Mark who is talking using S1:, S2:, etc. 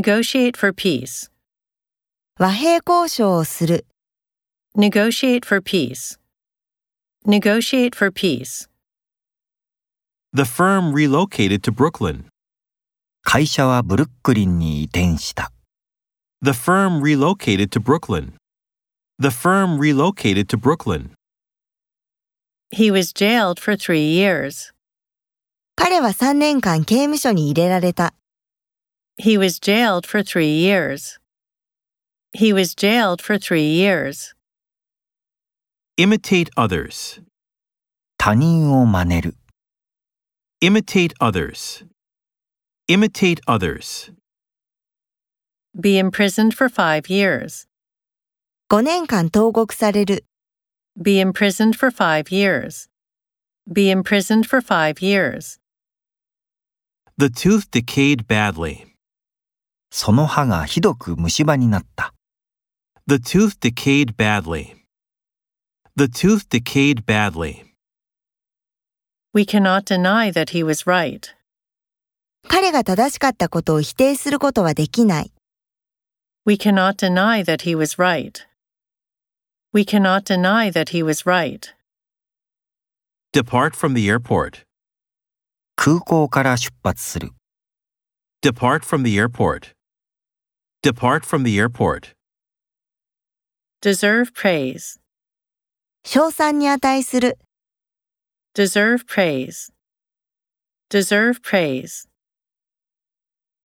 S1: Negotiate for peace.
S2: 和平交渉をする、
S1: Negotiate for peace. Negotiate for peace.
S3: The firm relocated to Brooklyn.
S4: 会社はブルックリンに移転した。
S3: The firm relocated to Brooklyn. The firm relocated to Brooklyn.
S1: He was jailed for three years.
S2: 彼は3年間刑務所に入れられた。
S1: He was jailed for three years. He was jailed for three years.
S3: Imitate others.
S4: 他人を真似る。
S3: Imitate others. Imitate others.
S1: Be imprisoned for five years.
S2: 5年間投獄される、
S1: Be imprisoned for five years. Be imprisoned for five years.
S3: The tooth decayed badly.
S4: その歯がひどく虫歯になった。
S3: The tooth decayed badly. The tooth decayed badly.
S1: We cannot deny that he was right.
S2: 彼が正しかったことを否定することはできない。
S1: We cannot deny that he was right. We cannot deny that he was right.
S3: Depart from the airport.
S4: 空港から出発する。
S3: Depart from the airport. Depart from the airport.
S1: Deserve praise.
S2: 賞賛に値する。
S1: Deserve praise. Deserve praise.